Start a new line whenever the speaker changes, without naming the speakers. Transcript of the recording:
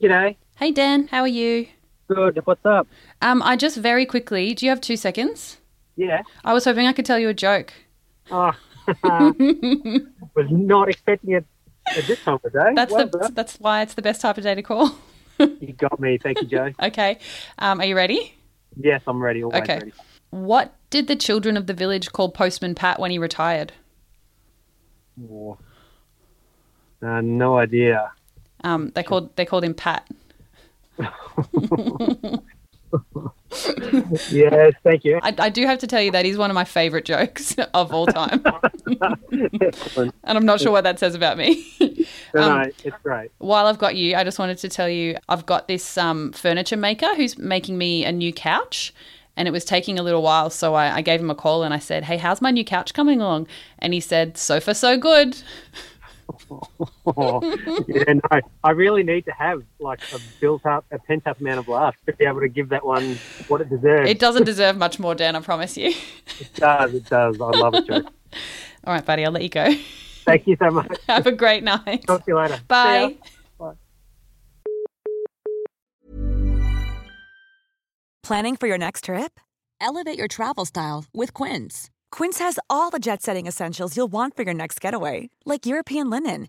G'day.
Hey Dan, how are you?
Good. What's up?
Um, I just very quickly, do you have two seconds?
Yeah.
I was hoping I could tell you a joke.
Oh, was not expecting it at this time of day.
That's
well
the
done.
that's why it's the best type of day to call.
You got me. Thank you, Joe.
Okay, um, are you ready?
yes, I'm ready. Always
Okay.
ready.
What did the children of the village call Postman Pat when he retired?
Oh. Uh, no idea.
Um, they called they called him Pat.
Yes, thank you.
I, I do have to tell you that he's one of my favorite jokes of all time,
Excellent.
and I'm not sure what that says about me.
No,
Um,
no, it's great.
While I've got you, I just wanted to tell you I've got this um, furniture maker who's making me a new couch. And it was taking a little while, so I, I gave him a call and I said, "Hey, how's my new couch coming along?" And he said, "So far, so good."
Oh, yeah, no, I really need to have like a built up, a pent up amount of laughs to be able to give that one what it deserves.
It doesn't deserve much more, Dan. I promise you.
does. It does. I love it, Joe.
All right, buddy, I'll let you go.
Thank you so much.
Have a great night.
Talk to you later. See ya.
Bye.
Planning for your next trip?
Elevate your travel style with Quince.
Quince has all the jet setting essentials you'll want for your next getaway, like European linen,